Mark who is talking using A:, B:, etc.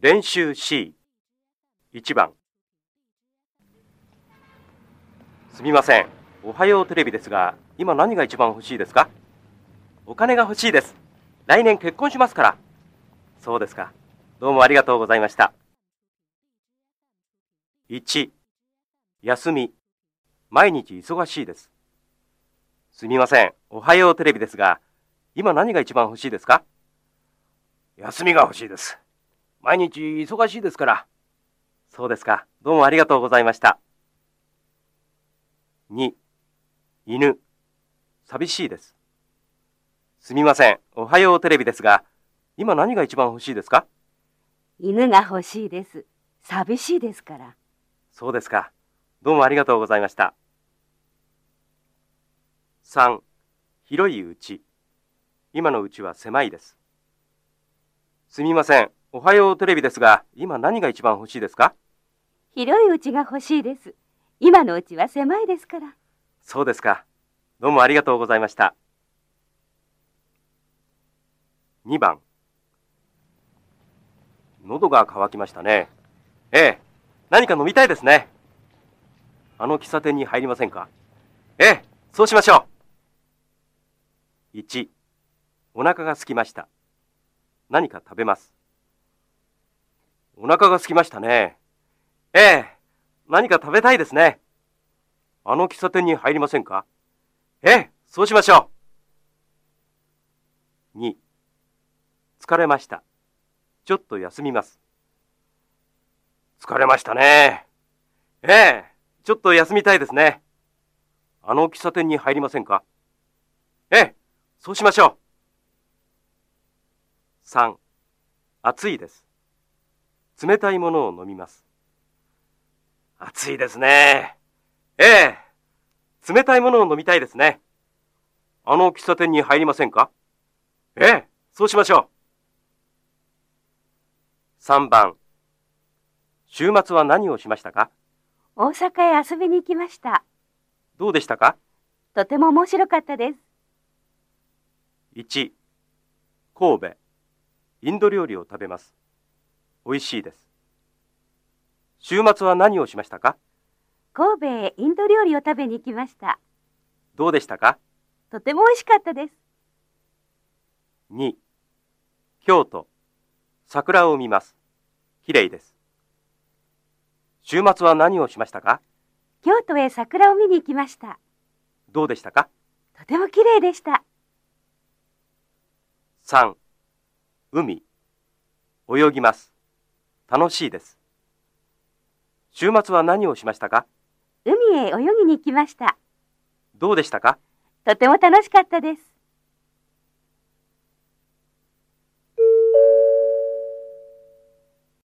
A: 練習 C 1番すみませんおはようテレビですが今何が一番欲しいですかお金が欲しいです来年結婚しますからそうですかどうもありがとうございました1休み毎日忙しいですすみませんおはようテレビですが今何が一番欲しいですか休みが欲しいです毎日忙しいですから。そうですか。どうもありがとうございました。2、犬、寂しいです。すみません。おはようテレビですが、今何が一番欲しいですか
B: 犬が欲しいです。寂しいですから。
A: そうですか。どうもありがとうございました。3、広いうち。今のうちは狭いです。すみません。おはようテレビですが、今何が一番欲しいですか
B: 広いうちが欲しいです。今のうちは狭いですから。
A: そうですか。どうもありがとうございました。2番。喉が渇きましたね。ええ。何か飲みたいですね。あの喫茶店に入りませんかええ、そうしましょう。1、お腹が空きました。何か食べます。お腹が空きましたね。ええ、何か食べたいですね。あの喫茶店に入りませんかええ、そうしましょう。2、疲れました。ちょっと休みます。疲れましたね。ええ、ちょっと休みたいですね。あの喫茶店に入りませんかええ、そうしましょう。3、暑いです。冷たいものを飲みます。暑いですね。ええ。冷たいものを飲みたいですね。あの喫茶店に入りませんかええ、そうしましょう。3番。週末は何をしましたか
B: 大阪へ遊びに行きました。
A: どうでしたか
B: とても面白かったです。
A: 1神戸インド料理を食べます美味しいです週末は何をしましたか
B: 神戸へインド料理を食べに行きました。
A: どうでしたか
B: とても美味しかったです。
A: 2京都桜を見ます綺麗です週末は何をしましたか
B: 京都へ桜を見に行きました。
A: どうでしたか
B: とても綺麗でした。
A: 3海泳ぎます楽しいです週末は何をしましたか
B: 海へ泳ぎに行きました。
A: どうでしたか
B: とても楽しかったです。